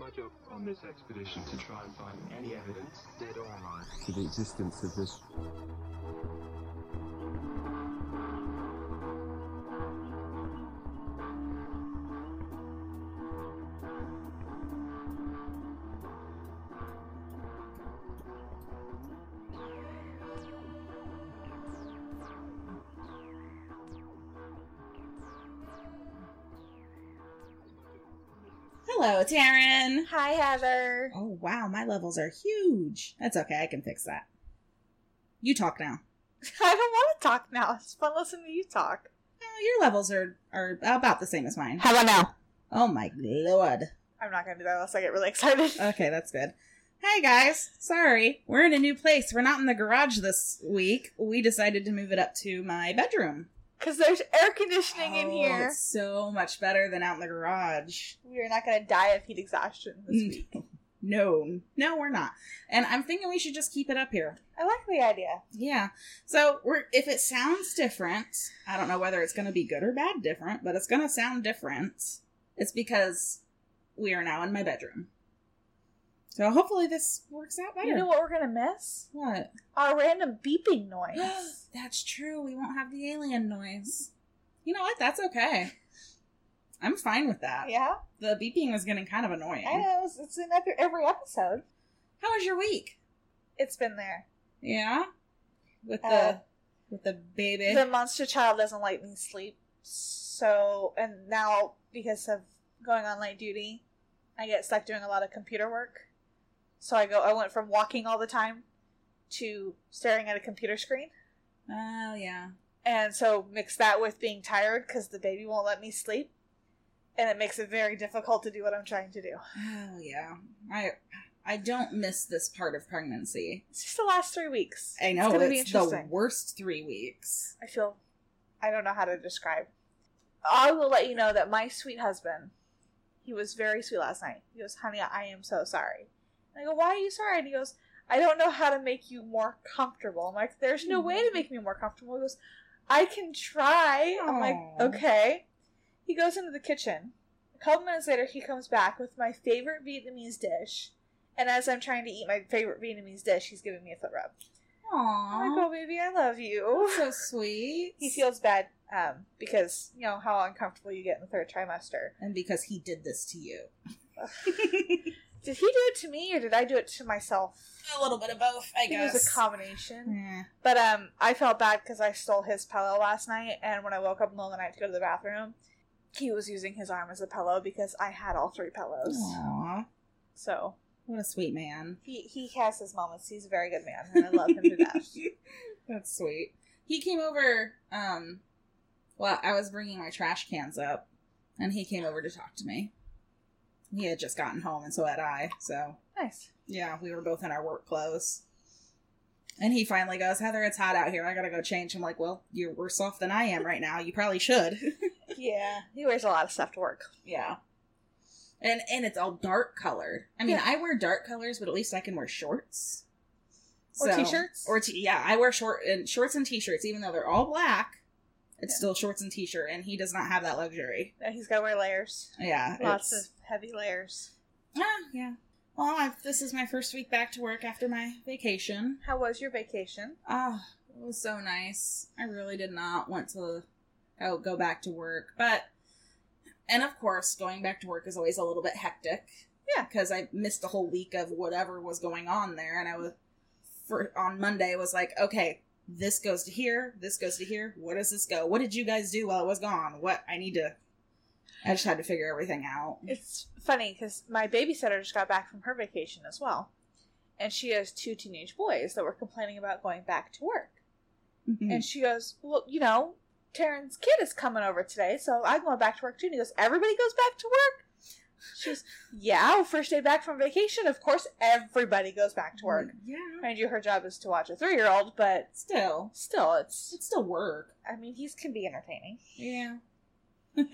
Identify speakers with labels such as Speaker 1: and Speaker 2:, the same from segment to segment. Speaker 1: my job on this expedition to try and find any evidence, dead or alive,
Speaker 2: to the existence of this.
Speaker 3: Hello, Taryn.
Speaker 4: Hi, Heather.
Speaker 3: Oh, wow. My levels are huge. That's okay. I can fix that. You talk now.
Speaker 4: I don't want to talk now. It's fun listening to you talk.
Speaker 3: Oh, your levels are, are about the same as mine.
Speaker 4: How about now?
Speaker 3: Oh, my lord.
Speaker 4: I'm not going to do that unless I get really excited.
Speaker 3: Okay, that's good. Hey, guys. Sorry. We're in a new place. We're not in the garage this week. We decided to move it up to my bedroom.
Speaker 4: Because there's air conditioning in
Speaker 3: Oh,
Speaker 4: here.
Speaker 3: It's so much better than out in the garage.
Speaker 4: We are not going to die of heat exhaustion this
Speaker 3: Mm.
Speaker 4: week.
Speaker 3: No, no, we're not. And I'm thinking we should just keep it up here.
Speaker 4: I like the idea.
Speaker 3: Yeah. So we're if it sounds different, I don't know whether it's going to be good or bad different, but it's going to sound different. It's because we are now in my bedroom. So hopefully this works out better.
Speaker 4: You know what we're going to miss?
Speaker 3: what?
Speaker 4: Our random beeping noise.
Speaker 3: That's true. We won't have the alien noise. You know what? That's okay. I'm fine with that.
Speaker 4: yeah?
Speaker 3: The beeping was getting kind of annoying.
Speaker 4: I know. It's, it's in every, every episode.
Speaker 3: How was your week?
Speaker 4: It's been there.
Speaker 3: Yeah. With the
Speaker 4: Uh,
Speaker 3: with the baby.
Speaker 4: The monster child doesn't let me sleep. So, and now because of going on light duty, I get stuck doing a lot of computer work. So I go, I went from walking all the time to staring at a computer screen.
Speaker 3: oh yeah.
Speaker 4: And so mix that with being tired because the baby won't let me sleep. And it makes it very difficult to do what I'm trying to do.
Speaker 3: Oh yeah. I I don't miss this part of pregnancy.
Speaker 4: It's just the last three weeks.
Speaker 3: I know
Speaker 4: It's
Speaker 3: it's,
Speaker 4: gonna be
Speaker 3: the
Speaker 4: interesting.
Speaker 3: worst three weeks.
Speaker 4: I feel, I don't know how to describe. I will let you know that my sweet husband, he was very sweet last night. He goes, honey, I am so sorry. And I go, why are you sorry? And he goes, I don't know how to make you more comfortable. I'm like, there's no way to make me more comfortable. He goes, I can try. I'm
Speaker 3: Aw.
Speaker 4: like, okay. He goes into the kitchen. A couple minutes later, he comes back with my favorite Vietnamese dish. And as I'm trying to eat my favorite Vietnamese dish, he's giving me a foot rub. I'm like,
Speaker 3: Aww.
Speaker 4: oh, baby, I love you.
Speaker 3: so sweet.
Speaker 4: He feels bad um, because you know how uncomfortable you get in the third trimester.
Speaker 3: and because he did this to you.
Speaker 4: Did he do it to me, or did I do it to myself?
Speaker 3: A little bit of both, I
Speaker 4: I think it was a combination.
Speaker 3: Yeah.
Speaker 4: But um, I felt bad because I stole his pillow last night, and when I woke up in the middle of the night to go to the bathroom, he was using his arm as a pillow because I had all three pillows.
Speaker 3: Aww.
Speaker 4: So
Speaker 3: What a sweet man.
Speaker 4: he he has his moments. He's a very good man, and I love him to death.
Speaker 3: That's sweet. He came over. Um, well, I was bringing my trash cans up, and he came over to talk to me. He had just gotten home, and so had I. So
Speaker 4: Nice.
Speaker 3: Yeah, we were both in our work clothes. And he finally goes, Heather, it's hot out here. I gotta go change. I'm like, well, you're worse off than I am right now. You probably should.
Speaker 4: Yeah, he wears a lot of stuff to work.
Speaker 3: yeah. And and it's all dark colored. I mean,
Speaker 4: Yeah.
Speaker 3: I wear dark colors, but at least I can wear shorts
Speaker 4: Or t-shirts.
Speaker 3: Or t- yeah, I wear short and shorts and t-shirts, even though they're all black. It's
Speaker 4: Yeah.
Speaker 3: still shorts and t-shirt, and he does not have that luxury.
Speaker 4: No, He's got to wear layers,
Speaker 3: Yeah,
Speaker 4: lots
Speaker 3: it's-
Speaker 4: of heavy layers.
Speaker 3: ah, yeah. Well, i this is my first week back to work after my vacation.
Speaker 4: How was your vacation?
Speaker 3: Oh, it was so nice. I really did not want to go, go back to work. But, and of course, going back to work is always a little bit hectic.
Speaker 4: Yeah.
Speaker 3: Because I missed a whole week of whatever was going on there. And I was, for, on Monday, was like, okay, this goes to here, this goes to here. Where does this go? What did you guys do while I was gone? What I need to, I just had to figure everything out.
Speaker 4: It's funny because my babysitter just got back from her vacation as well, and she has two teenage boys that were complaining about going back to work.
Speaker 3: Mm-hmm. Hmm.
Speaker 4: And she goes, "Well, you know, Taryn's kid is coming over today, so I'm going back to work too." And he goes, "Everybody goes back to work." She's, "Yeah, our first day back from vacation. Of course, everybody goes back to work."
Speaker 3: Yeah.
Speaker 4: Mind you, her job is to watch a three-year-old, but
Speaker 3: Still,
Speaker 4: still, it's.
Speaker 3: it's still work.
Speaker 4: I mean, he's can be entertaining.
Speaker 3: Yeah. but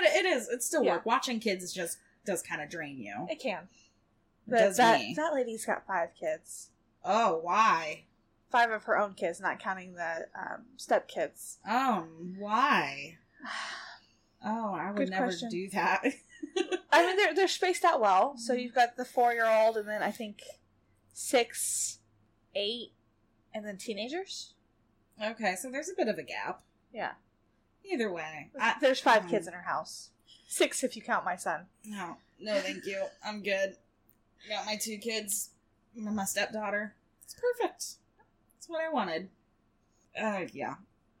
Speaker 3: it is. It's still
Speaker 4: Yeah.
Speaker 3: work. Watching kids is just does kind of drain you. It
Speaker 4: It can, but
Speaker 3: does
Speaker 4: that
Speaker 3: me.
Speaker 4: that lady's got five kids.
Speaker 3: oh, why?
Speaker 4: five of her own kids, not counting the um, step kids.
Speaker 3: Oh, why? Oh, I would
Speaker 4: Good
Speaker 3: never
Speaker 4: question.
Speaker 3: do that.
Speaker 4: I mean, they're they're spaced out well. So you've got the four year old, and then I think six, eight, and then teenagers.
Speaker 3: Okay, so there's a bit of a gap.
Speaker 4: Yeah,
Speaker 3: Either way, I,
Speaker 4: Uh, there's five
Speaker 3: um,
Speaker 4: kids in her house. Six if you count my son.
Speaker 3: no, no, thank you. I'm good. Got my two kids, and my stepdaughter. It's perfect. That's what I wanted. Uh, yeah.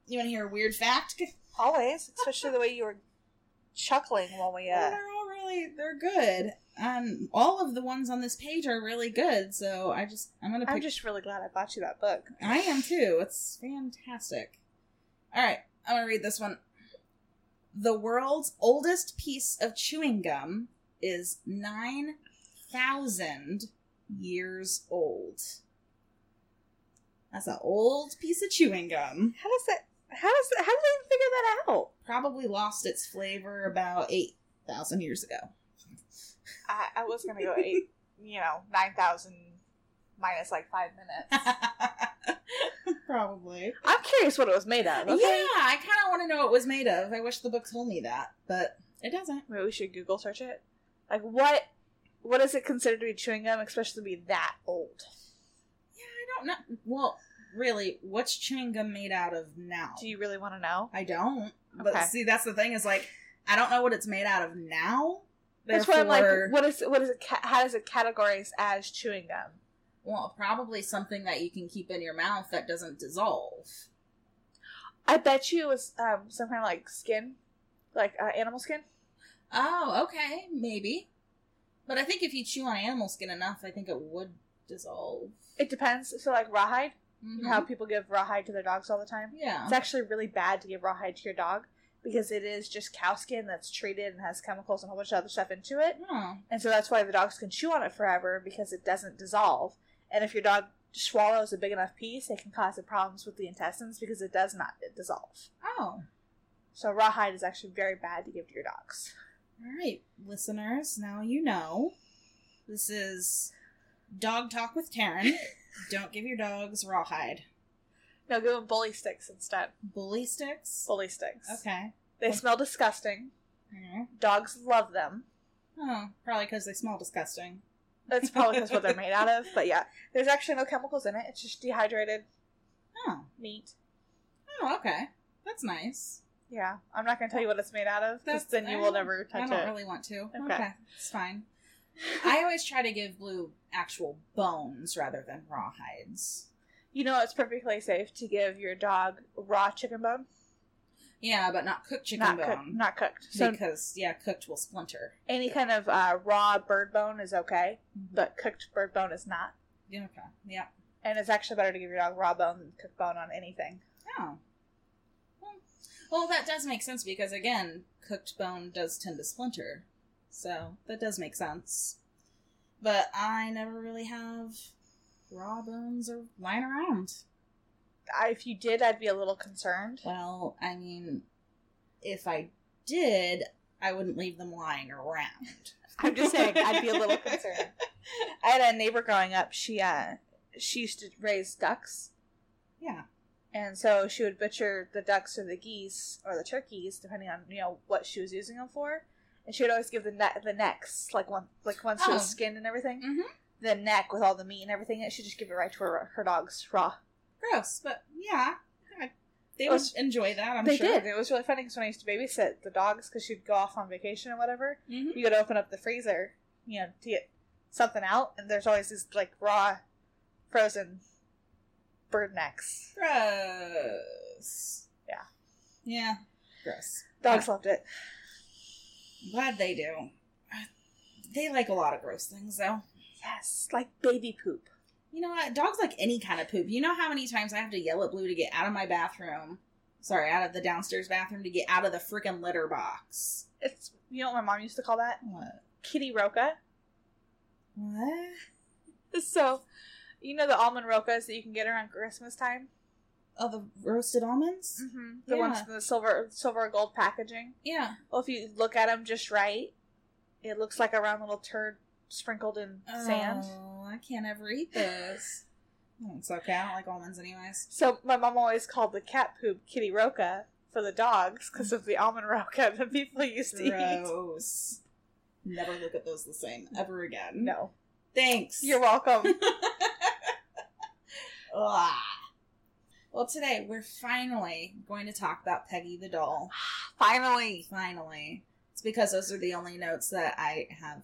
Speaker 3: You want to hear a weird fact?
Speaker 4: Always, especially the way you were chuckling while we uh,
Speaker 3: They're all really, they're good. Um, all of the ones on this page are really good. So I just, I'm gonna pick
Speaker 4: I'm just really glad I bought you that book.
Speaker 3: I am too. It's fantastic. All right, I'm going to read this one. The world's oldest piece of chewing gum is 9,000 years old. That's an old piece of chewing gum.
Speaker 4: How does that? How does that, how did they figure that out?
Speaker 3: Probably lost its flavor about 8,000 years ago.
Speaker 4: I, I was gonna go eight, you know, nine thousand minus like five minutes.
Speaker 3: Probably.
Speaker 4: I'm curious what it was made of.
Speaker 3: Yeah,
Speaker 4: Okay?
Speaker 3: I kind of want to know what it was made of. I wish the book told me that, but it doesn't.
Speaker 4: Maybe we should Google search it. Like what? What is it considered to be chewing gum, especially to be that old?
Speaker 3: Yeah, I don't know. Well, really, what's chewing gum made out of now?
Speaker 4: Do you really want to know?
Speaker 3: I don't. But
Speaker 4: Okay.
Speaker 3: see, that's the thing is like, I don't know what it's made out of now.
Speaker 4: That's why I'm like,
Speaker 3: Therefore-
Speaker 4: what is what is it? ca- How does it categorize as chewing gum?
Speaker 3: well, probably something that you can keep in your mouth that doesn't dissolve.
Speaker 4: I bet you it was um, some kind of like skin, like uh, animal skin.
Speaker 3: Oh, okay, maybe. But I think if you chew on animal skin enough, I think it would dissolve.
Speaker 4: It depends. So like rawhide,
Speaker 3: Mhm.
Speaker 4: you know how people give rawhide to their dogs all the time.
Speaker 3: Yeah.
Speaker 4: It's actually really bad to give rawhide to your dog because it is just cow skin that's treated and has chemicals and a whole bunch of other stuff into it.
Speaker 3: Oh,
Speaker 4: And so that's why the dogs can chew on it forever because it doesn't dissolve. And if your dog swallows a big enough piece, it can cause the problems with the intestines because it does not dissolve.
Speaker 3: oh.
Speaker 4: So rawhide is actually very bad to give to your dogs.
Speaker 3: All right, listeners, now you know. This is Dog Talk with Taryn. Don't give your dogs rawhide.
Speaker 4: No, give them bully sticks instead.
Speaker 3: Bully sticks?
Speaker 4: Bully sticks.
Speaker 3: Okay.
Speaker 4: They smell disgusting.
Speaker 3: Alright.
Speaker 4: Dogs love them.
Speaker 3: Oh, probably because they smell disgusting.
Speaker 4: That's probably just what they're made out of. But yeah, there's actually no chemicals in it. It's just dehydrated
Speaker 3: Oh.
Speaker 4: meat.
Speaker 3: Oh, okay. That's nice.
Speaker 4: Yeah, I'm not going to tell you what it's made out of because
Speaker 3: That's,
Speaker 4: then you
Speaker 3: I
Speaker 4: will
Speaker 3: don't-
Speaker 4: never
Speaker 3: I
Speaker 4: touch
Speaker 3: don't
Speaker 4: it.
Speaker 3: really want to. Okay.
Speaker 4: Okay.
Speaker 3: It's fine. I always try to give Blue actual bones rather than raw hides.
Speaker 4: You know, it's perfectly safe to give your dog raw chicken bone,
Speaker 3: Yeah, but not cooked chicken
Speaker 4: not cooked,
Speaker 3: bone.
Speaker 4: not cooked. So
Speaker 3: because, yeah, cooked will splinter.
Speaker 4: any kind of uh, raw bird bone is okay,
Speaker 3: Mm-hmm.
Speaker 4: but cooked bird bone is not.
Speaker 3: Yeah, okay. Yeah.
Speaker 4: And it's actually better to give your dog raw bone than cooked bone on anything.
Speaker 3: Oh. Well, well, that does make sense because, again, cooked bone does tend to splinter. So that does make sense. But I never really have raw bones or lying around.
Speaker 4: I, if you did, I'd be a little concerned.
Speaker 3: Well, I mean, if I did, I wouldn't leave them lying around.
Speaker 4: I'm just saying, I'd be a little concerned. I had a neighbor growing up. She uh, she used to raise ducks,
Speaker 3: Yeah.
Speaker 4: and so she would butcher the ducks or the geese or the turkeys, depending on you know what she was using them for. And she would always give the neck, the necks, like one, like once it
Speaker 3: Oh.
Speaker 4: was skinned and everything,
Speaker 3: Mhm.
Speaker 4: the neck with all the meat and everything. And she'd just give it right to her, her dogs raw.
Speaker 3: Gross, but yeah. I- They would enjoy that, I'm
Speaker 4: they
Speaker 3: sure.
Speaker 4: did. It was really funny because when I used to babysit the dogs, because she'd go off on vacation or whatever,
Speaker 3: hmm
Speaker 4: you could open up the freezer, you know, to get something out, and there's always these like raw, frozen bird necks.
Speaker 3: Gross.
Speaker 4: Yeah.
Speaker 3: Yeah. Gross.
Speaker 4: Dogs loved it.
Speaker 3: I'm glad they do. They like a lot of gross things, though.
Speaker 4: Yes, like baby poop.
Speaker 3: You know what? Dogs like any kind of poop. You know how many times I have to yell at Blue to get out of my bathroom? Sorry, out of the downstairs bathroom to get out of the freaking litter box.
Speaker 4: It's you know what my mom used to call that
Speaker 3: What?
Speaker 4: kitty roca.
Speaker 3: What?
Speaker 4: So, you know the almond rocas that you can get around Christmas time.
Speaker 3: Oh, the roasted almonds?
Speaker 4: Mm-hmm. The
Speaker 3: Yeah.
Speaker 4: ones in the silver, silver or gold packaging.
Speaker 3: Yeah.
Speaker 4: Well, if you look at them just right, it looks like a round little turd sprinkled in sand.
Speaker 3: Oh, I can't ever eat those. Oh, it's okay. I don't like almonds, anyways.
Speaker 4: So my mom always called the cat poop kitty roca for the dogs because of the almond roca that people used to eat.
Speaker 3: Gross. Never look at those the same ever again.
Speaker 4: No.
Speaker 3: Thanks.
Speaker 4: You're welcome.
Speaker 3: Ugh. Well, today we're finally going to talk about Peggy the doll.
Speaker 4: Finally.
Speaker 3: Finally. It's because those are the only notes that I have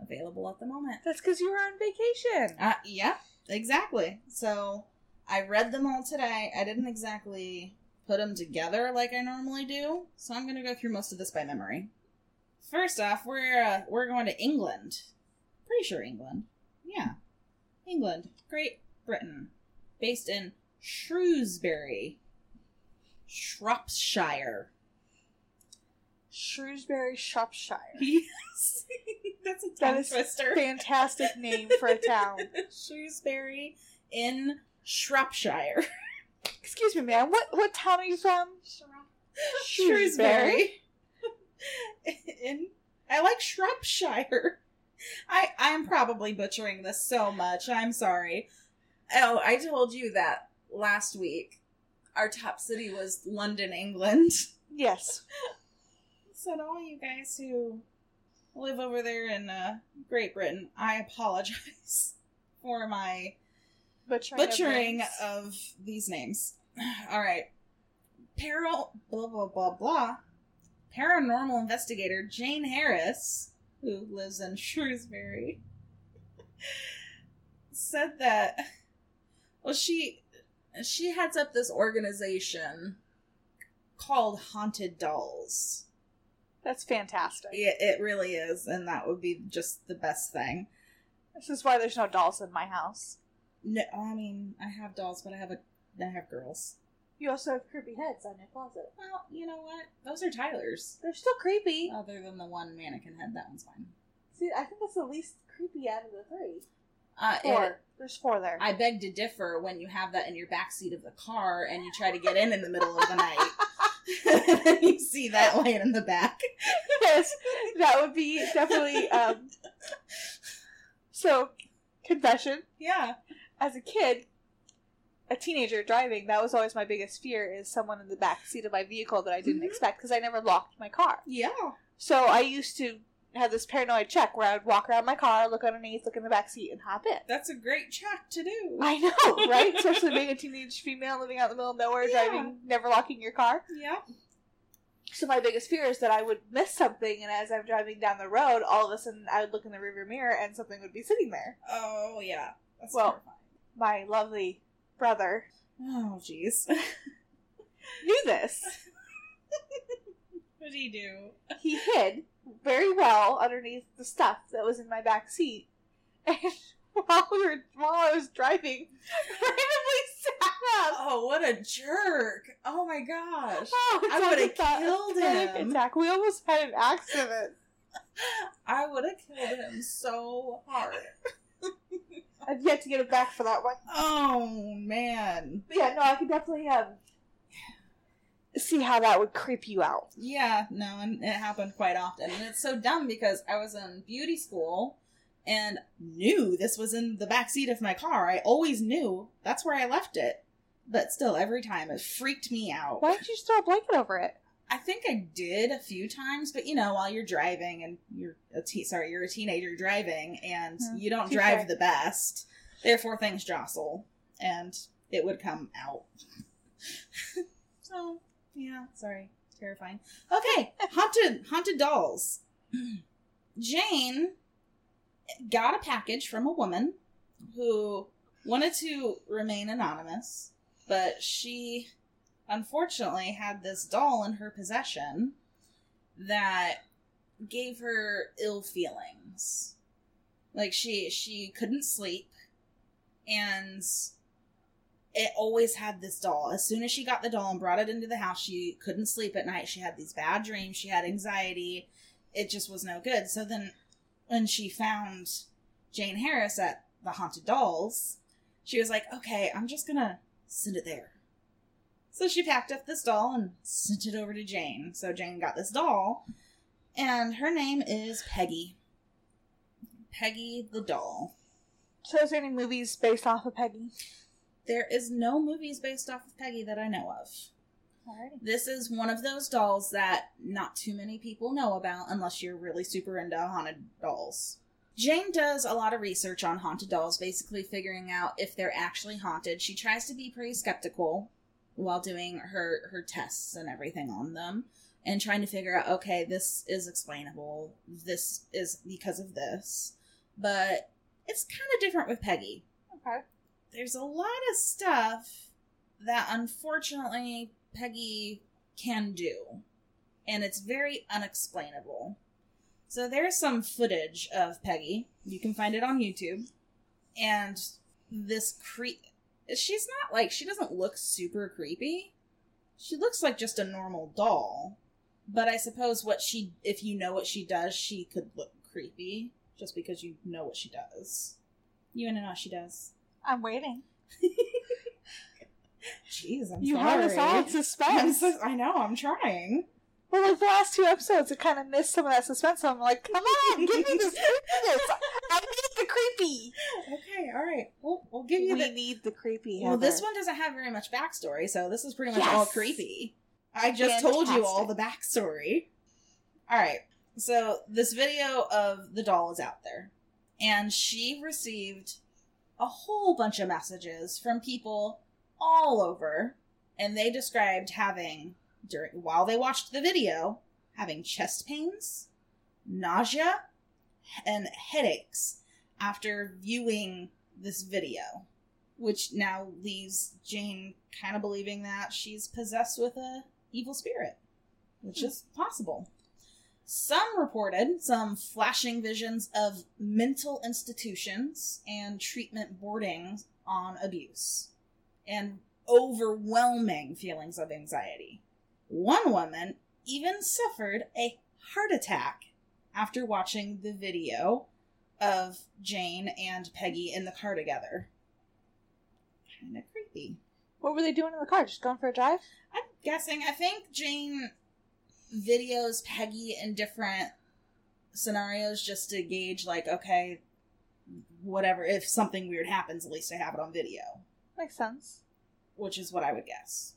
Speaker 3: available at the moment.
Speaker 4: That's because you were on vacation.
Speaker 3: Uh, yeah, exactly. So I read them all today. I didn't exactly put them together like I normally do, so I'm gonna go through most of this by memory. First off, we're uh, we're going to England. Pretty sure England. Yeah, England, Great Britain, based in Shrewsbury, Shropshire.
Speaker 4: Shrewsbury, Shropshire.
Speaker 3: Yes, that's a
Speaker 4: That
Speaker 3: tongue
Speaker 4: is
Speaker 3: twister.
Speaker 4: Fantastic name for a town.
Speaker 3: Shrewsbury in Shropshire.
Speaker 4: Excuse me, man. What what town are you from?
Speaker 3: Shrewsbury. in I like Shropshire. I I'm probably butchering this so much. I'm sorry. Oh, I told you that last week. Our top city was London, England.
Speaker 4: Yes.
Speaker 3: So to all you guys who live over there in uh, Great Britain, I apologize for my
Speaker 4: Butchering. of
Speaker 3: butchering
Speaker 4: names.
Speaker 3: of these names. All right. Peril, blah, blah, blah, blah. Paranormal investigator Jane Harris, who lives in Shrewsbury, said that, well, she she heads up this organization called Haunted Dolls.
Speaker 4: That's fantastic.
Speaker 3: It, it really is, and that would be just the best thing.
Speaker 4: This is why there's no dolls in my house.
Speaker 3: No, I mean, I have dolls, but I have a I have girls.
Speaker 4: You also have creepy heads on your closet.
Speaker 3: Well, you know what? Those are Tyler's.
Speaker 4: They're still creepy.
Speaker 3: Other than the one mannequin head, that one's fine.
Speaker 4: See, I think that's the least creepy out of the three.
Speaker 3: Uh,
Speaker 4: Four.
Speaker 3: it-
Speaker 4: There's four there.
Speaker 3: I beg to differ when you have that in your backseat of the car and you try to get in in the middle of the night. you see that laying in the back.
Speaker 4: yes, that would be definitely. Um, so, confession:
Speaker 3: Yeah.
Speaker 4: as a kid, a teenager driving, that was always my biggest fear: is someone in the back seat of my vehicle that I didn't
Speaker 3: Mhm.
Speaker 4: expect because I never locked my car.
Speaker 3: Yeah.
Speaker 4: So I used to have this paranoid check where I would walk around my car, look underneath, look in the back seat, and hop in.
Speaker 3: That's a great check to do.
Speaker 4: I know, right? Especially being a teenage female living out in the middle of nowhere,
Speaker 3: Yeah.
Speaker 4: driving, never locking your car.
Speaker 3: yeah.
Speaker 4: So my biggest fear is that I would miss something, and as I'm driving down the road, all of a sudden I would look in the rearview mirror and something would be sitting there.
Speaker 3: Oh, yeah. That's
Speaker 4: Well-
Speaker 3: terrifying.
Speaker 4: My lovely brother
Speaker 3: Oh, jeez.
Speaker 4: knew this.
Speaker 3: what do you do?
Speaker 4: He hid very well underneath the stuff that was in my back seat, and while we were while I was driving, randomly sat up.
Speaker 3: Oh, what a jerk. Oh, my gosh.
Speaker 4: Oh,
Speaker 3: I
Speaker 4: so
Speaker 3: would've
Speaker 4: just thought,
Speaker 3: killed
Speaker 4: panic
Speaker 3: him.
Speaker 4: Attack. We almost had an accident.
Speaker 3: I would have killed him so hard.
Speaker 4: I've yet to get it back for that one.
Speaker 3: Oh, man.
Speaker 4: But yeah, no, I could definitely um see how that would creep you out.
Speaker 3: Yeah, no, and it happened quite often. And it's so dumb because I was in beauty school and knew this was in the back seat of my car. I always knew that's where I left it. But still, every time it freaked me out.
Speaker 4: Why don't you just throw a blanket over it?
Speaker 3: I think I did a few times, but you know, while you're driving and you're a te- sorry, you're a teenager driving and
Speaker 4: Yeah,
Speaker 3: you don't
Speaker 4: too
Speaker 3: drive
Speaker 4: fair.
Speaker 3: the best, therefore things jostle and it would come out. so yeah, sorry, terrifying. Okay, haunted haunted dolls. Jane got a package from a woman who wanted to remain anonymous, but she unfortunately had this doll in her possession that gave her ill feelings. Like she she couldn't sleep and it always had this doll. As soon as she got the doll and brought it into the house, she couldn't sleep at night. She had these bad dreams, she had anxiety. It just was no good. So then when she found Jane Harris at the Haunted Dolls, she was like, "Okay, I'm just going to send it there." So she packed up this doll and sent it over to Jane. So Jane got this doll, and her name is Peggy. Peggy the doll.
Speaker 4: So is there any movies based off of Peggy?
Speaker 3: There is no movies based off of Peggy that I know of.
Speaker 4: Alrighty.
Speaker 3: This is one of those dolls that not too many people know about unless you're really super into haunted dolls. Jane does a lot of research on haunted dolls, basically figuring out if they're actually haunted. She tries to be pretty skeptical while doing her her tests and everything on them and trying to figure out okay, this is explainable. This is because of this. But it's kind of different with Peggy
Speaker 4: Okay.
Speaker 3: there's a lot of stuff that unfortunately Peggy can do, and it's very unexplainable. So there's some footage of Peggy. You can find it on YouTube. And this creep she's not like she doesn't look super creepy. She looks like just a normal doll. But I suppose what she if you know what she does, she could look creepy just because you know what she does. You and I know what she does.
Speaker 4: I'm waiting.
Speaker 3: Jeez, I'm
Speaker 4: you
Speaker 3: sorry.
Speaker 4: had us all in
Speaker 3: I'm
Speaker 4: suspense.
Speaker 3: so- I know, I'm trying.
Speaker 4: Well, like the last two episodes, I kind of missed some of that suspense. So I'm like, come on, give me this creepiness. I need the creepy.
Speaker 3: Okay, all right. We'll, we'll give you
Speaker 4: We
Speaker 3: the.
Speaker 4: need the creepy.
Speaker 3: Well, this
Speaker 4: Heather.
Speaker 3: one doesn't have very much backstory, so this is pretty much all
Speaker 4: Yes.
Speaker 3: creepy. I just told you all the backstory. All right. So this video of the doll is out there, and she received a whole bunch of messages from people all over, and they described having during while they watched the video having chest pains, nausea, and headaches after viewing this video, which now leaves Jane kind of believing that she's possessed with a evil spirit, which is possible. Some reported some flashing visions of mental institutions and treatment boarding on abuse and overwhelming feelings of anxiety. One woman even suffered a heart attack after watching the video of Jane and Peggy in the car together. Kind of creepy.
Speaker 4: What were they doing in the car? Just going for a drive?
Speaker 3: I'm guessing. I think Jane videos Peggy in different scenarios just to gauge, like, okay, whatever. If something weird happens, at least I have it on video,
Speaker 4: Makes sense.
Speaker 3: which is what I would guess.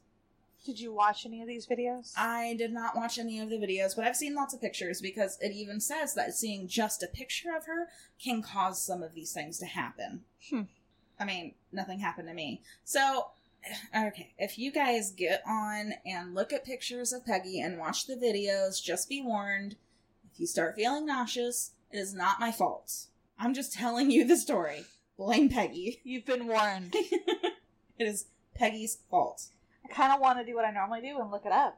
Speaker 4: Did you watch any of these videos?
Speaker 3: I did not watch any of the videos, but I've seen lots of pictures because it even says that seeing just a picture of her can cause some of these things to happen.
Speaker 4: Hmm.
Speaker 3: I mean, nothing happened to me. So, okay, if you guys get on and look at pictures of Peggy and watch the videos, just be warned if you start feeling nauseous, it is not my fault. I'm just telling you the story. Blame Peggy.
Speaker 4: You've been warned.
Speaker 3: It is Peggy's fault.
Speaker 4: I kind of want to do what I normally do and look it up.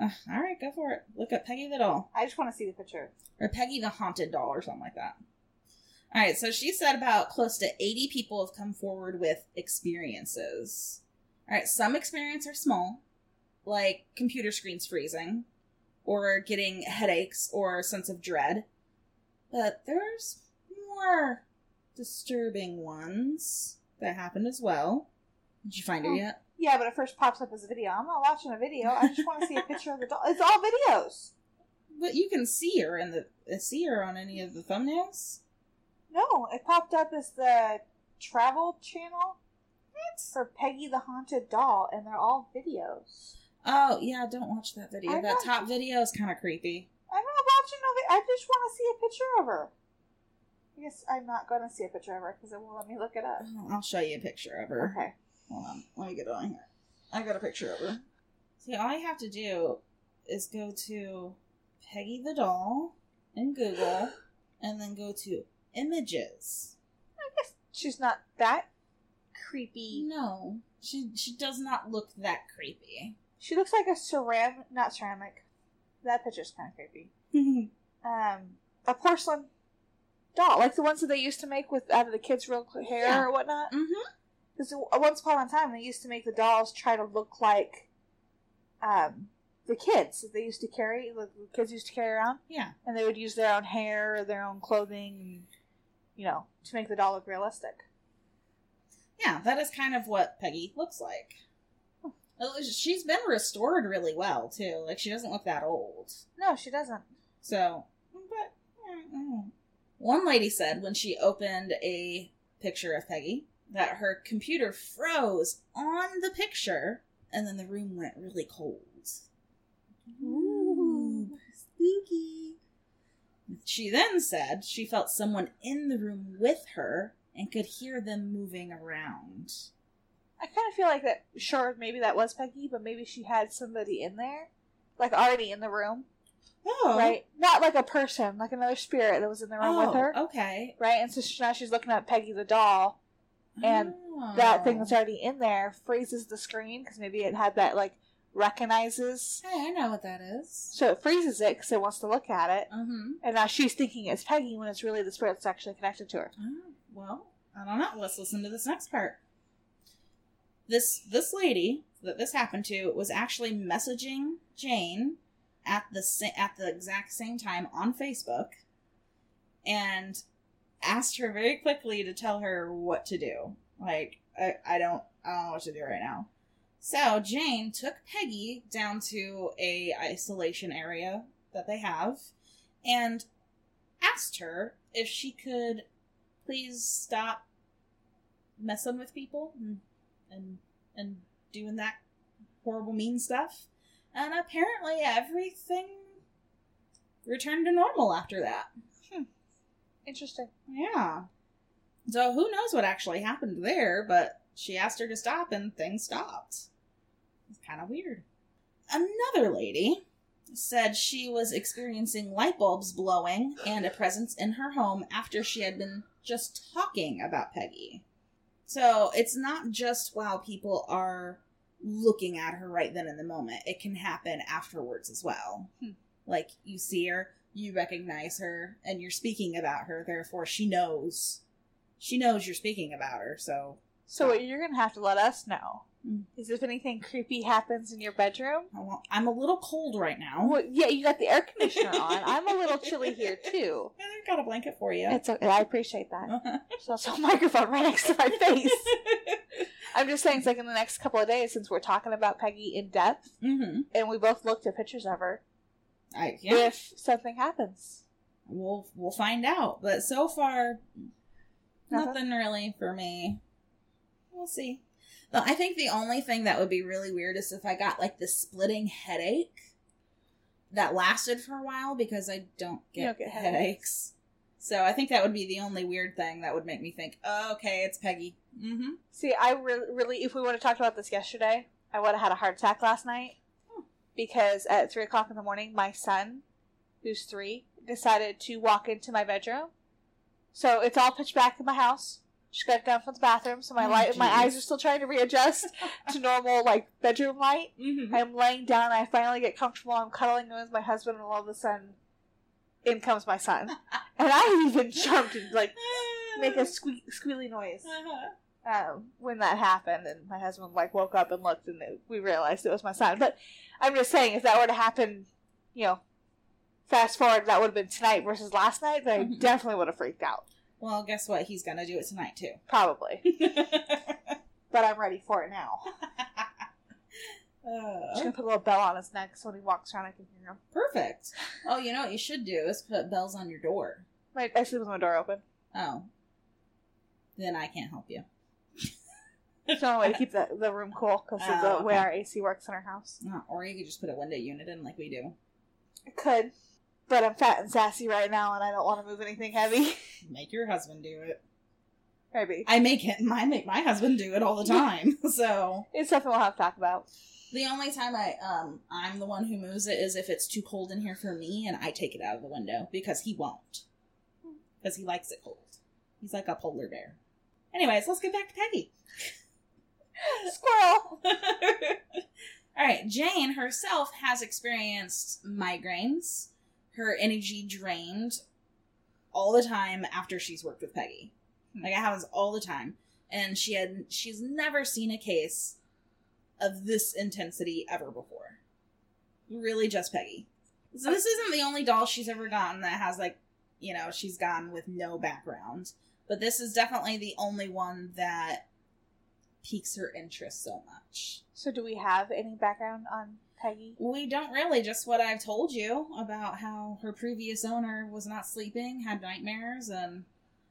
Speaker 3: Ugh, all right, go for it. Look up Peggy the doll.
Speaker 4: I just want to see the picture.
Speaker 3: or Peggy the Haunted Doll or something like that. All right, so she said about close to 80 people have come forward with experiences. All right, some experiences are small, like computer screens freezing or getting headaches or a sense of dread. But there's more disturbing ones that happened as well. Did you find her
Speaker 4: Oh.
Speaker 3: yet?
Speaker 4: Yeah, but it first pops up as a video. I'm not watching a video. I just want to see a picture of the doll. It's all videos.
Speaker 3: But you can see her in the see her on any of the thumbnails.
Speaker 4: No, it popped up as the travel channel. It's for Peggy the Haunted Doll, and they're all videos.
Speaker 3: Oh yeah, don't watch that video.
Speaker 4: I
Speaker 3: that
Speaker 4: know.
Speaker 3: top video is kind of creepy.
Speaker 4: I'm not watching no vi- I just want to see a picture of her. I guess I'm not going to see a picture of her because it won't let me look it up.
Speaker 3: I'll show you a picture of her.
Speaker 4: Okay.
Speaker 3: Hold on, let me get it on here. I got a picture of her. See, all you have to do is go to Peggy the doll in Google, and then go to images.
Speaker 4: I guess she's not that creepy.
Speaker 3: No, she she does not look that creepy.
Speaker 4: She looks like a ceramic, not ceramic. That picture's kind of creepy.
Speaker 3: Mm-hmm.
Speaker 4: Um, a porcelain doll, like the ones that they used to make with out of the kids' real hair
Speaker 3: Yeah.
Speaker 4: or whatnot.
Speaker 3: mm-hmm.
Speaker 4: Because uh, once upon a time, they used to make the dolls try to look like um, the kids that they used to carry, the the kids used to carry around,
Speaker 3: Yeah.
Speaker 4: and they would use their own hair or their own clothing, you know, to make the doll look realistic.
Speaker 3: yeah, that is kind of what Peggy looks like. At least She's been restored really well too. Like she doesn't look that old.
Speaker 4: No, she doesn't.
Speaker 3: So, but I don't know. one lady said when she opened a picture of Peggy that her computer froze on the picture and then the room went really cold. Ooh, spooky. She then said she felt someone in the room with her and could hear them moving around.
Speaker 4: I kind of feel like that. Sure, maybe that was Peggy, but maybe she had somebody in there, like already in the room,
Speaker 3: Oh,
Speaker 4: right? Not like a person, like another spirit that was in the room
Speaker 3: Oh,
Speaker 4: with her,
Speaker 3: okay.
Speaker 4: right? And so she- now she's looking at Peggy the doll. And That
Speaker 3: Oh.
Speaker 4: thing that's already in there freezes the screen because maybe it had that like recognizes,
Speaker 3: Hey, I know what that is.
Speaker 4: so it freezes it because it wants to look at it.
Speaker 3: Mm-hmm.
Speaker 4: And now she's thinking it's Peggy when it's really the spirit that's actually connected to her.
Speaker 3: Oh, well, I don't know. Let's listen to this next part. This this lady that this happened to was actually messaging Jane at the sa- at the exact same time on Facebook, and asked her very quickly to tell her what to do. Like I, I don't I don't know what to do right now. So Jane took Peggy down to a isolation area that they have, and asked her if she could please stop messing with people and and, and doing that horrible mean stuff and apparently everything returned to normal after that
Speaker 4: Interesting.
Speaker 3: yeah so who knows what actually happened there but she asked her to stop and things stopped it's kind of weird another lady said she was experiencing light bulbs blowing and a presence in her home after she had been just talking about Peggy. So it's not just while people are looking at her right then in the moment, it can happen afterwards as well.
Speaker 4: Hmm.
Speaker 3: Like you see her, you recognize her, and you're speaking about her, therefore she knows. She knows you're speaking about her, so
Speaker 4: So what you're gonna have to let us know
Speaker 3: Mm.
Speaker 4: is if anything creepy happens in your bedroom.
Speaker 3: I won't- I'm a little cold right now.
Speaker 4: Well, yeah, you got the air conditioner on. I'm a little chilly here too.
Speaker 3: Yeah, I've got a blanket for you.
Speaker 4: It's okay. I appreciate that. There's also a microphone right next to my face. I'm just saying, it's like in the next couple of days, since we're talking about Peggy in depth,
Speaker 3: mm-hmm.
Speaker 4: and we both looked at pictures of her,
Speaker 3: I, yeah,
Speaker 4: if something happens,
Speaker 3: we'll we'll find out. But so far,
Speaker 4: Nothing?
Speaker 3: nothing really for me. We'll see. Well, I think the only thing that would be really weird is if I got like this splitting headache that lasted for a while because I don't get,
Speaker 4: You don't get
Speaker 3: headaches.
Speaker 4: headaches.
Speaker 3: So I think that would be the only weird thing that would make me think, oh, okay, it's Peggy. Mm-hmm.
Speaker 4: See, I re- really, if we would have talked about this yesterday, I would have had a heart attack last night
Speaker 3: Hmm.
Speaker 4: because at three o'clock in the morning, my son, who's three, decided to walk into my bedroom. So it's all pitch black in my house. She got down from the bathroom, so my
Speaker 3: Oh,
Speaker 4: light, my
Speaker 3: jeez.
Speaker 4: eyes are still trying to readjust to normal like bedroom light.
Speaker 3: Mm-hmm.
Speaker 4: I'm laying down. I finally get comfortable. I'm cuddling with my husband, and all of a sudden, in comes my son, and I even jumped and like make a squeak, squealy noise
Speaker 3: Uh-huh.
Speaker 4: um, when that happened, and my husband like woke up and looked, and it, we realized it was my son. But I'm just saying, if that were to happen, you know, fast forward, that would have been tonight versus last night. But I
Speaker 3: Mhm.
Speaker 4: definitely would have freaked out,
Speaker 3: Well, guess what? He's gonna do it tonight too.
Speaker 4: probably. But I'm ready for it now. I'm just
Speaker 3: Uh,
Speaker 4: gonna put a little bell on his neck so when he walks around, I can hear him.
Speaker 3: perfect. Oh, you know what you should do is put bells on your door.
Speaker 4: My, I sleep with my door open.
Speaker 3: Oh, then I can't help you.
Speaker 4: It's the only way to keep the, the room cool because of
Speaker 3: Oh,
Speaker 4: the
Speaker 3: okay.
Speaker 4: way our AC works in our house.
Speaker 3: Uh, or you could just put a window unit in like we do.
Speaker 4: I could, but I'm fat and sassy right now, and I don't want to move anything heavy.
Speaker 3: Make your husband do it.
Speaker 4: Maybe
Speaker 3: I make it. I make my husband do it all the time. so
Speaker 4: it's something we'll have to talk about.
Speaker 3: the only time I um I'm the one who moves it is if it's too cold in here for me and I take it out of the window because he won't because he likes it cold. He's like a polar bear. Anyways, let's get back to Peggy.
Speaker 4: Squirrel.
Speaker 3: All right, Jane herself has experienced migraines, her energy drained all the time after she's worked with Peggy. Like it happens all the time. And she had she's never seen a case of this intensity ever before. Really just Peggy. So this isn't the only doll she's ever gotten that has like, you know, she's gotten with no background. But this is definitely the only one that piques her interest so much.
Speaker 4: So, do we have any background on Peggy?
Speaker 3: We don't really, just what I've told you about how her previous owner was not sleeping, had nightmares, and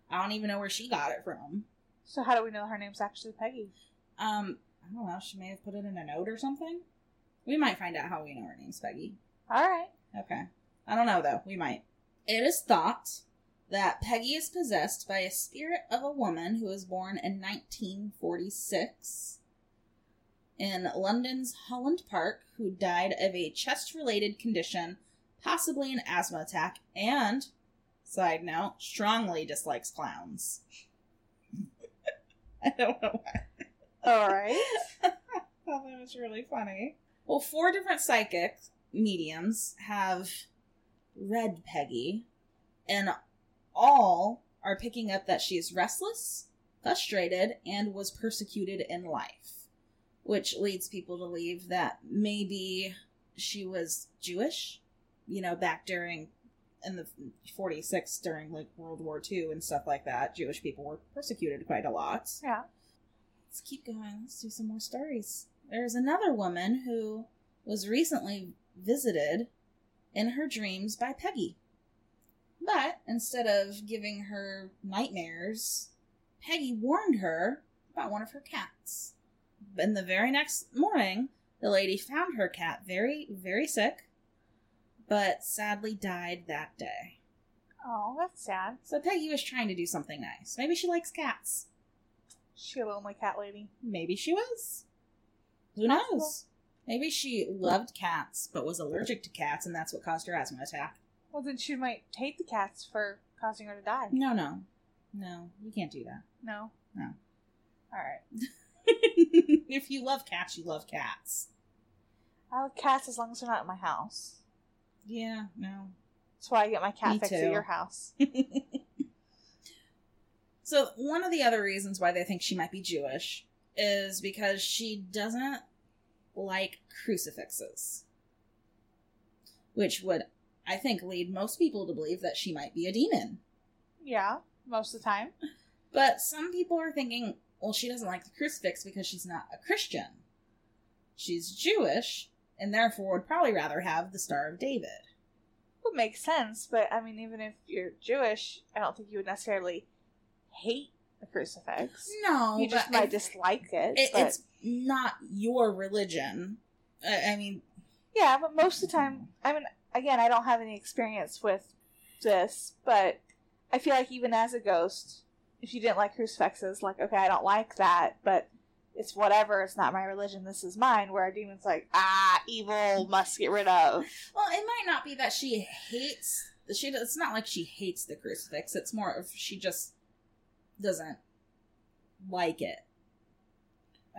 Speaker 3: I don't even know where she got it from.
Speaker 4: So, how do we know her name's actually Peggy?
Speaker 3: Um, I don't know. She may have put it in a note or something. We might find out how we know her name's Peggy.
Speaker 4: All right.
Speaker 3: Okay. I don't know though. We might. It is thought that Peggy is possessed by a spirit of a woman who was born in 1946 in London's Holland Park who died of a chest related condition, possibly an asthma attack, and, side note, strongly dislikes clowns. I don't know why.
Speaker 4: All right.
Speaker 3: thought that was really funny. Well, four different psychic mediums have read Peggy, and all are picking up that she is restless, frustrated, and was persecuted in life, which leads people to believe that maybe she was Jewish, you know, back during in the 46 during like World War II and stuff like that. Jewish people were persecuted quite a lot.
Speaker 4: Yeah.
Speaker 3: Let's keep going. Let's do some more stories. There's another woman who was recently visited in her dreams by Peggy. But instead of giving her nightmares, Peggy warned her about one of her cats. And the very next morning, the lady found her cat very, very sick, but sadly died that day.
Speaker 4: Oh, that's sad.
Speaker 3: So Peggy was trying to do something nice. Maybe she likes cats.
Speaker 4: She a lonely cat lady.
Speaker 3: Maybe she was. Who
Speaker 4: Possible.
Speaker 3: knows? Maybe she loved cats but was allergic to cats and that's what caused her asthma attack.
Speaker 4: Well, then she might hate the cats for causing her to die.
Speaker 3: No, no. No, you can't do that.
Speaker 4: No.
Speaker 3: No.
Speaker 4: All right.
Speaker 3: if you love cats, you love cats.
Speaker 4: I like cats as long as they're not in my house.
Speaker 3: Yeah, no.
Speaker 4: That's why I get my cat
Speaker 3: Me
Speaker 4: fixed
Speaker 3: too.
Speaker 4: at your house.
Speaker 3: so one of the other reasons why they think she might be Jewish is because she doesn't like crucifixes, which would, I think, lead most people to believe that she might be a demon.
Speaker 4: yeah, most of the time.
Speaker 3: But some people are thinking, well, she doesn't like the crucifix because she's not a Christian. She's Jewish, and therefore would probably rather have the Star of David.
Speaker 4: Would make sense, but I mean, even if you're Jewish, I don't think you would necessarily hate the crucifix.
Speaker 3: No,
Speaker 4: you just
Speaker 3: but
Speaker 4: might
Speaker 3: I-
Speaker 4: dislike it.
Speaker 3: it,
Speaker 4: but,
Speaker 3: it's not your religion. I, I mean,
Speaker 4: yeah, but most of the time, I mean, again, I don't have any experience with this, but I feel like even as a ghost, if you didn't like crucifixes, like okay, I don't like that, but it's whatever. It's not my religion. This is mine. Where a demon's like, ah, evil, must get rid of.
Speaker 3: well, it might not be that she hates. She it's not like she hates the crucifix. It's more of she just doesn't like it.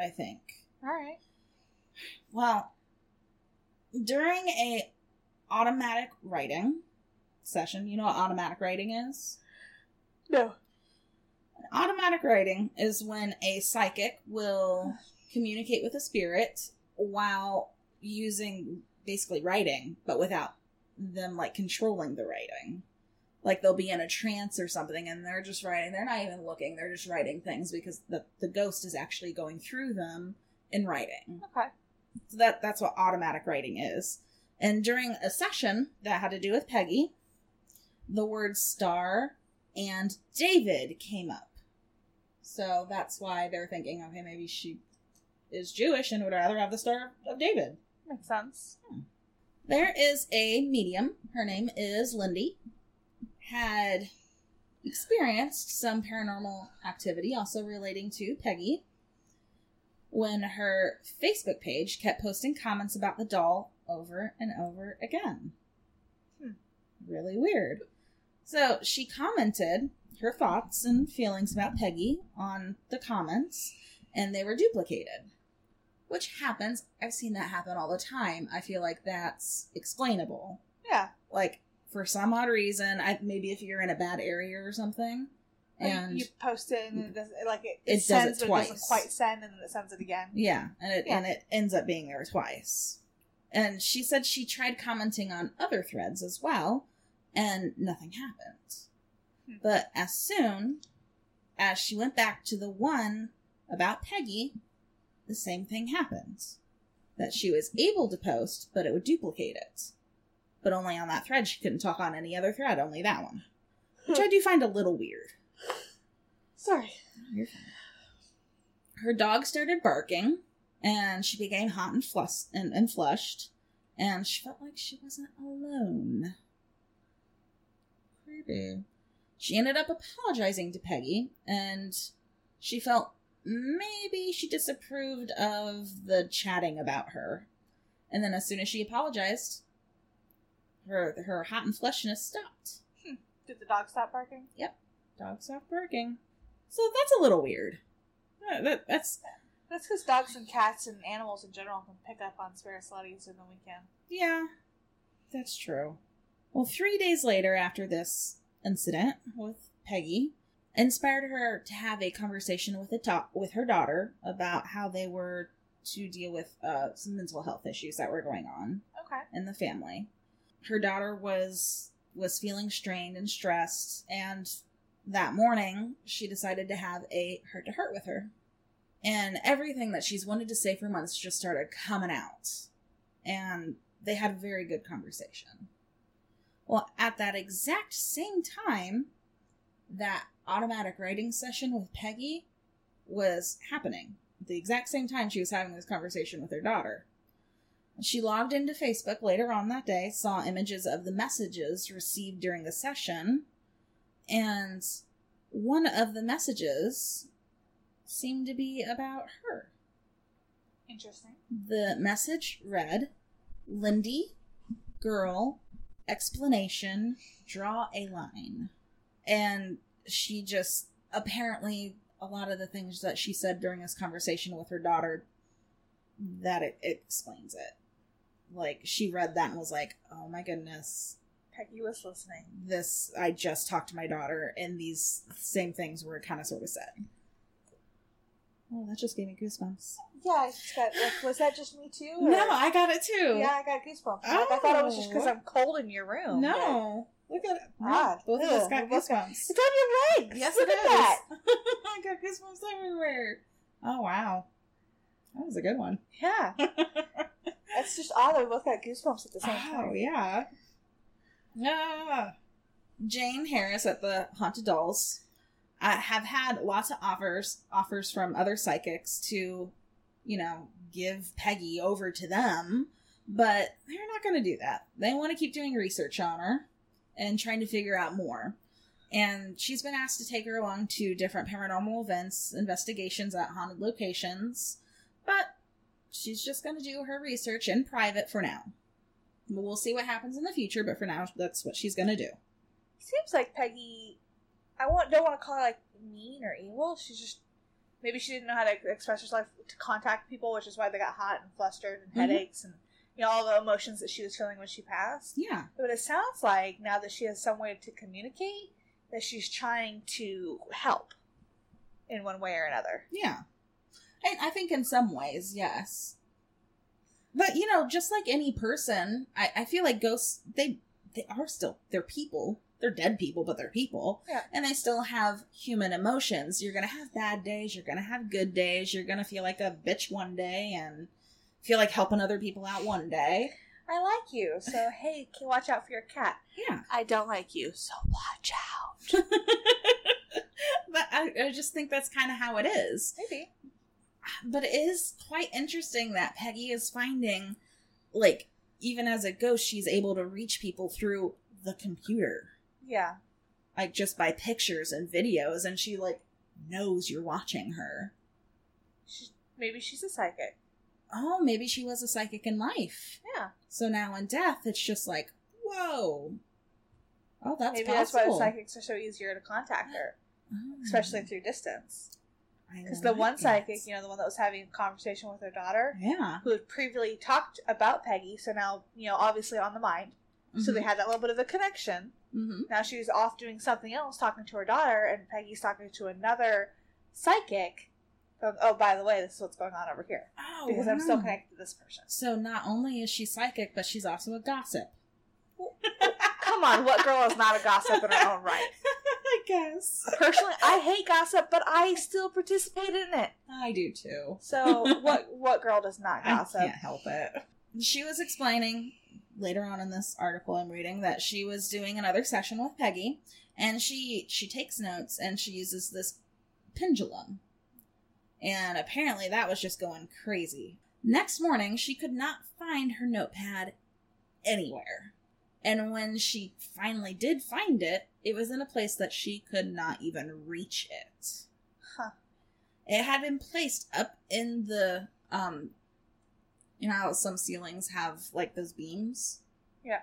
Speaker 3: I think.
Speaker 4: All right.
Speaker 3: Well, during a automatic writing session, you know what automatic writing is?
Speaker 4: No.
Speaker 3: An automatic writing is when a psychic will communicate with a spirit while using basically writing, but without them like controlling the writing. Like they'll be in a trance or something and they're just writing. They're not even looking, they're just writing things because the, the ghost is actually going through them in writing.
Speaker 4: Okay.
Speaker 3: So that that's what automatic writing is. And during a session that had to do with Peggy, the words star and David came up. So that's why they're thinking, okay, maybe she is Jewish and would rather have the star of David. Hmm.
Speaker 4: Makes sense.
Speaker 3: There is a medium, her name is Lindy, had experienced some paranormal activity also relating to Peggy when her Facebook page kept posting comments about the doll over and over again.
Speaker 4: Hmm.
Speaker 3: Really weird. So she commented her thoughts and feelings about Peggy on the comments, and they were duplicated which happens. I've seen that happen all the time. I feel like that's explainable.
Speaker 4: Yeah.
Speaker 3: Like for some odd reason, I, maybe if you're in a bad area or something, and
Speaker 4: And you post it and it doesn't like it,
Speaker 3: It does it
Speaker 4: sends but it
Speaker 3: twice.
Speaker 4: doesn't quite send and then it sends it again.
Speaker 3: yeah, and it
Speaker 4: Yeah.
Speaker 3: and it ends up being there twice. And she said she tried commenting on other threads as well, and nothing happened.
Speaker 4: Hmm.
Speaker 3: But as soon as she went back to the one about Peggy, the same thing happened. That she was able to post, but it would duplicate it. But only on that thread. She couldn't talk on any other thread, only that one. Which I do find a little weird.
Speaker 4: Sorry.
Speaker 3: Her dog started barking, and she became hot and, flus- and, and flushed, and she felt like she wasn't alone. Creepy. She ended up apologizing to Peggy, and she felt maybe she disapproved of the chatting about her. And then as soon as she apologized, her her hot and flushness stopped.
Speaker 4: Did the dog stop barking?
Speaker 3: Dog stopped barking. So that's a little weird. Uh, That, that's
Speaker 4: That's because dogs and cats and animals in general can pick up on spirit slutties in the weekend.
Speaker 3: Yeah, that's true. Well, three days later, after this incident with Peggy, inspired her to have a conversation with a ta- with her daughter about how they were to deal with uh, some mental health issues that were going on
Speaker 4: Okay.
Speaker 3: in the family. Her daughter was was feeling strained and stressed, and that morning she decided to have a heart to heart with her. And everything that she's wanted to say for months just started coming out. And they had a very good conversation. Well, at that exact same time, that automatic writing session with Peggy was happening. The exact same time she was having this conversation with her daughter. She logged into Facebook later on that day, saw images of the messages received during the session, and one of the messages seemed to be about her.
Speaker 4: Interesting.
Speaker 3: The message read Lindy, girl, explanation, draw a line. And she just apparently, a lot of the things that she said during this conversation with her daughter, that it, it explains it. Like, she read that and was like, oh my goodness,
Speaker 4: Peggy was listening.
Speaker 3: this, I just talked to my daughter, and these same things were kind of sort of said. Oh, that just gave me goosebumps.
Speaker 4: Yeah, I just got, like, was that just me too? or-
Speaker 3: No, I got it too.
Speaker 4: Yeah, I got goosebumps. Like, I thought it was just because
Speaker 3: Oh.
Speaker 4: I'm cold in your room. but-
Speaker 3: No. Look at it. No,
Speaker 4: God.
Speaker 3: both of us
Speaker 4: Ugh,
Speaker 3: got
Speaker 4: we both
Speaker 3: goosebumps.
Speaker 4: It's on your legs.
Speaker 3: Yes,
Speaker 4: Look
Speaker 3: it
Speaker 4: at
Speaker 3: is.
Speaker 4: that.
Speaker 3: I got goosebumps everywhere. Oh, wow. That was a good one.
Speaker 4: Yeah. That's just odd. We both got goosebumps at the same
Speaker 3: Oh,
Speaker 4: time.
Speaker 3: yeah. Ah. Jane Harris at the Haunted Dolls uh, have had lots of offers offers from other psychics to, you know, give Peggy over to them, but they're not going to do that. They want to keep doing research on her and trying to figure out more. And she's been asked to take her along to different paranormal events, investigations at haunted locations, but she's just going to do her research in private for now. We'll see what happens in the future, but for now, that's what she's going to do.
Speaker 4: Seems like Peggy. I won't, don't want to call her like mean or evil. She's just maybe she didn't know how to express herself to contact people, which is why they got hot and flustered and
Speaker 3: Mhm.
Speaker 4: headaches and you know all the emotions that she was feeling when she passed.
Speaker 3: Yeah.
Speaker 4: But it sounds like now that she has some way to communicate, that she's trying to help in one way or another.
Speaker 3: Yeah. And I think in some ways, yes. But you know, just like any person, I, I feel like ghosts they they are still they're people. They're dead people, but they're people.
Speaker 4: Yeah.
Speaker 3: And they still have human emotions. You're gonna have bad days, you're gonna have good days, you're gonna feel like a bitch one day and feel like helping other people out one day.
Speaker 4: I like you, so hey, k- watch out for your cat.
Speaker 3: Yeah.
Speaker 4: I don't like you, so watch out.
Speaker 3: But I, I just think that's kinda how it is.
Speaker 4: Maybe.
Speaker 3: but it is quite interesting that Peggy is finding, like, even as a ghost, she's able to reach people through the computer,
Speaker 4: Yeah.
Speaker 3: like just by pictures and videos, and she like knows you're watching her.
Speaker 4: She, maybe she's a psychic.
Speaker 3: Oh, maybe she was a psychic in life.
Speaker 4: Yeah.
Speaker 3: So now in death, it's just like, whoa. Oh, that's
Speaker 4: maybe that's
Speaker 3: possible.
Speaker 4: why the psychics are so easier to contact her,
Speaker 3: Oh,
Speaker 4: especially through distance.
Speaker 3: I
Speaker 4: Because the one
Speaker 3: like
Speaker 4: psychic,
Speaker 3: it.
Speaker 4: you know, the one that was having a conversation with her daughter,
Speaker 3: yeah,
Speaker 4: who had previously talked about Peggy, so now, you know, obviously on the mind. So they had that little bit of a connection.
Speaker 3: hmm
Speaker 4: Now she's off doing something else, talking to her daughter, and Peggy's talking to another psychic. Going, oh, by the way, this is what's going on over here.
Speaker 3: oh,
Speaker 4: Because I'm still
Speaker 3: wow.
Speaker 4: connected to this person.
Speaker 3: So not only is she psychic, but she's also a gossip.
Speaker 4: Come on, what girl is not a gossip in her own right?
Speaker 3: I guess.
Speaker 4: Personally, I hate gossip, but I still participate in it.
Speaker 3: I do too.
Speaker 4: So what what girl does not
Speaker 3: I
Speaker 4: gossip?
Speaker 3: can't help it. She was explaining later on in this article I'm reading that she was doing another session with Peggy, and she she takes notes and she uses this pendulum, and apparently that was just going crazy. Next morning, she could not find her notepad anywhere. And when she finally did find it, it was in a place that she could not even reach it.
Speaker 4: Huh.
Speaker 3: It had been placed up in the um you know how some ceilings have like those beams?
Speaker 4: Yeah.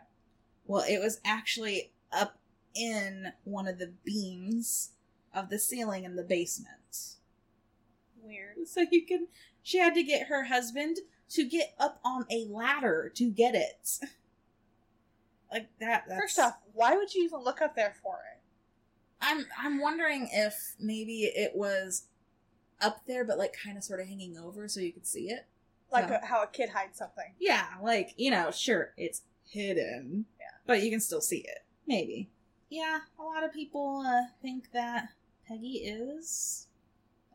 Speaker 3: Well, it was actually up in one of the beams of the ceiling in the basement.
Speaker 4: Weird.
Speaker 3: So you can she had to get her husband to get up on a ladder to get it. Like that that's
Speaker 4: First off, why would you even look up there for it?
Speaker 3: I'm I'm wondering if maybe it was up there but like kind of sort of hanging over so you could see it.
Speaker 4: Like
Speaker 3: Yeah.
Speaker 4: a, how a kid hides something.
Speaker 3: Yeah, like, you know, sure, it's hidden. Yeah. But you can still see it. Maybe. Yeah, a lot of people uh, think that Peggy is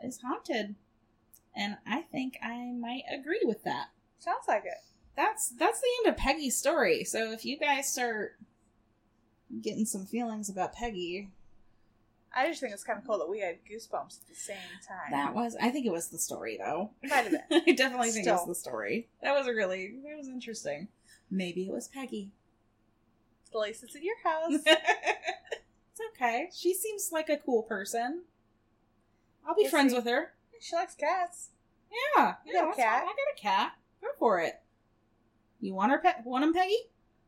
Speaker 3: is haunted. And I think I might agree with that.
Speaker 4: Sounds like it.
Speaker 3: That's that's the end of Peggy's story. So if you guys start getting some feelings about Peggy,
Speaker 4: I just think it's kind of cool that we had goosebumps at the same time.
Speaker 3: that was I think it was the story though.
Speaker 4: Might have been.
Speaker 3: I definitely think it was
Speaker 4: Still.
Speaker 3: the story. That was a really that was interesting. Maybe it was Peggy.
Speaker 4: At least it's at your house.
Speaker 3: it's okay. She seems like a cool person. I'll be
Speaker 4: Yes,
Speaker 3: friends
Speaker 4: we-
Speaker 3: with her.
Speaker 4: she likes cats.
Speaker 3: Yeah,
Speaker 4: You
Speaker 3: yeah,
Speaker 4: got a
Speaker 3: that's fine.
Speaker 4: cat?
Speaker 3: I got a cat. Go for it. You want her pet? Want him, Peggy?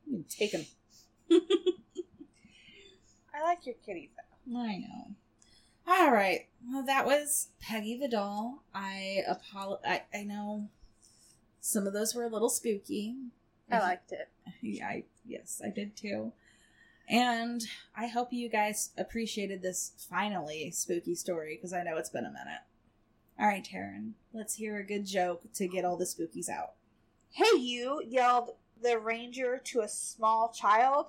Speaker 3: You can take him.
Speaker 4: I like your kitty though.
Speaker 3: I know. All right. Well, that was Peggy the doll. I apolo- I, I know some of those were a little spooky.
Speaker 4: I liked it.
Speaker 3: Yeah, I, yes, I did too. And I hope you guys appreciated this finally spooky story because I know it's been a minute. All right, Taryn, let's hear a good joke to get all the spookies out.
Speaker 4: Hey, you! yelled the ranger to a small child.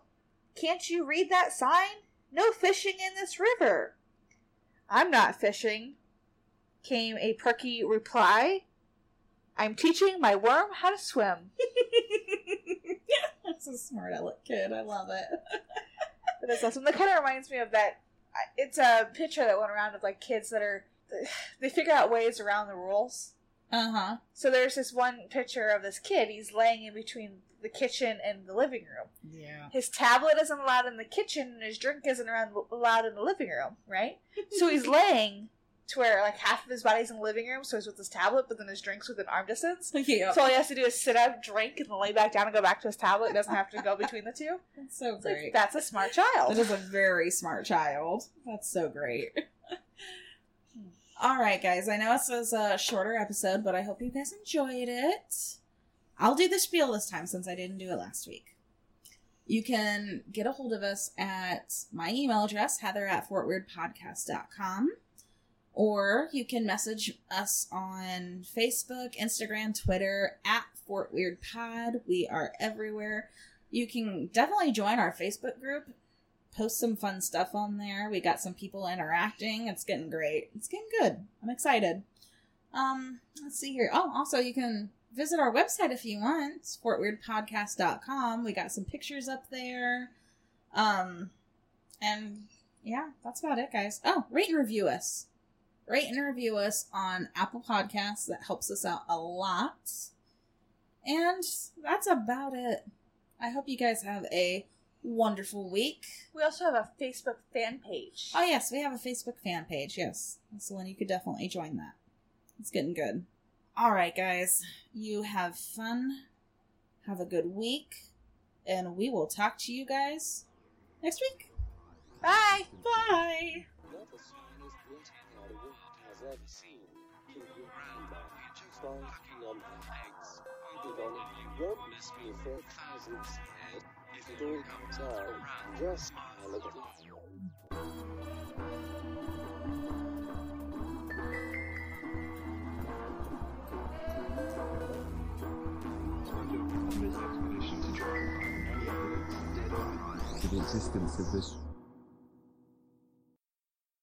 Speaker 4: Can't you read that sign? No fishing in this river. I'm not fishing, came a perky reply. I'm teaching my worm how to swim.
Speaker 3: That's a smart aleck kid. I love it.
Speaker 4: But that's awesome. That kind of reminds me of that. I- It's a picture that went around of like kids that are. They figure out ways around the rules.
Speaker 3: Uh huh.
Speaker 4: So there's this one picture of this kid. He's laying in between the kitchen and the living room.
Speaker 3: Yeah.
Speaker 4: His tablet isn't allowed in the kitchen, and his drink isn't around, allowed in the living room, right? so he's laying to where like half of his body's in the living room, so he's with his tablet, but then his drink's within arm distance.
Speaker 3: Yeah.
Speaker 4: So all he has to do is sit up, drink, and then lay back down and go back to his tablet. He doesn't have to go between the two.
Speaker 3: That's so
Speaker 4: It's like,
Speaker 3: great.
Speaker 4: that's a smart child.
Speaker 3: That is a very smart child. That's so great. All right, guys. I know this was a shorter episode, but I hope you guys enjoyed it. I'll do the spiel this time since I didn't do it last week. You can get a hold of us at my email address, heather at fortweirdpodcast.com, or you can message us on Facebook, Instagram, Twitter, at Fort Weird Pod. We are everywhere. You can definitely join our Facebook group post some fun stuff on there. We got some people interacting. It's getting great. It's getting good. I'm excited. Um, let's see here. Oh, also you can visit our website if you want, sportweirdpodcast.com. We got some pictures up there. Um, and yeah, that's about it, guys. Oh, rate and review us. Rate and review us on Apple Podcasts. That helps us out a lot. And that's about it. I hope you guys have a wonderful week.
Speaker 4: We also have a Facebook fan page.
Speaker 3: Oh yes, we have a Facebook fan page. Yes, so Lynn, you could definitely join that. It's getting good. All right, guys, you have fun. Have a good week, and we will talk to you guys next week.
Speaker 4: Bye.
Speaker 3: Bye.
Speaker 2: You're the shiniest little the world has ever seen. You your grandmother just on knocking on her legs. I did on it, you won't miss me for a thousand years. If it all comes out, just smile at it.
Speaker 1: Under this expedition to try and find any evidence of dead or alive.
Speaker 5: the existence of this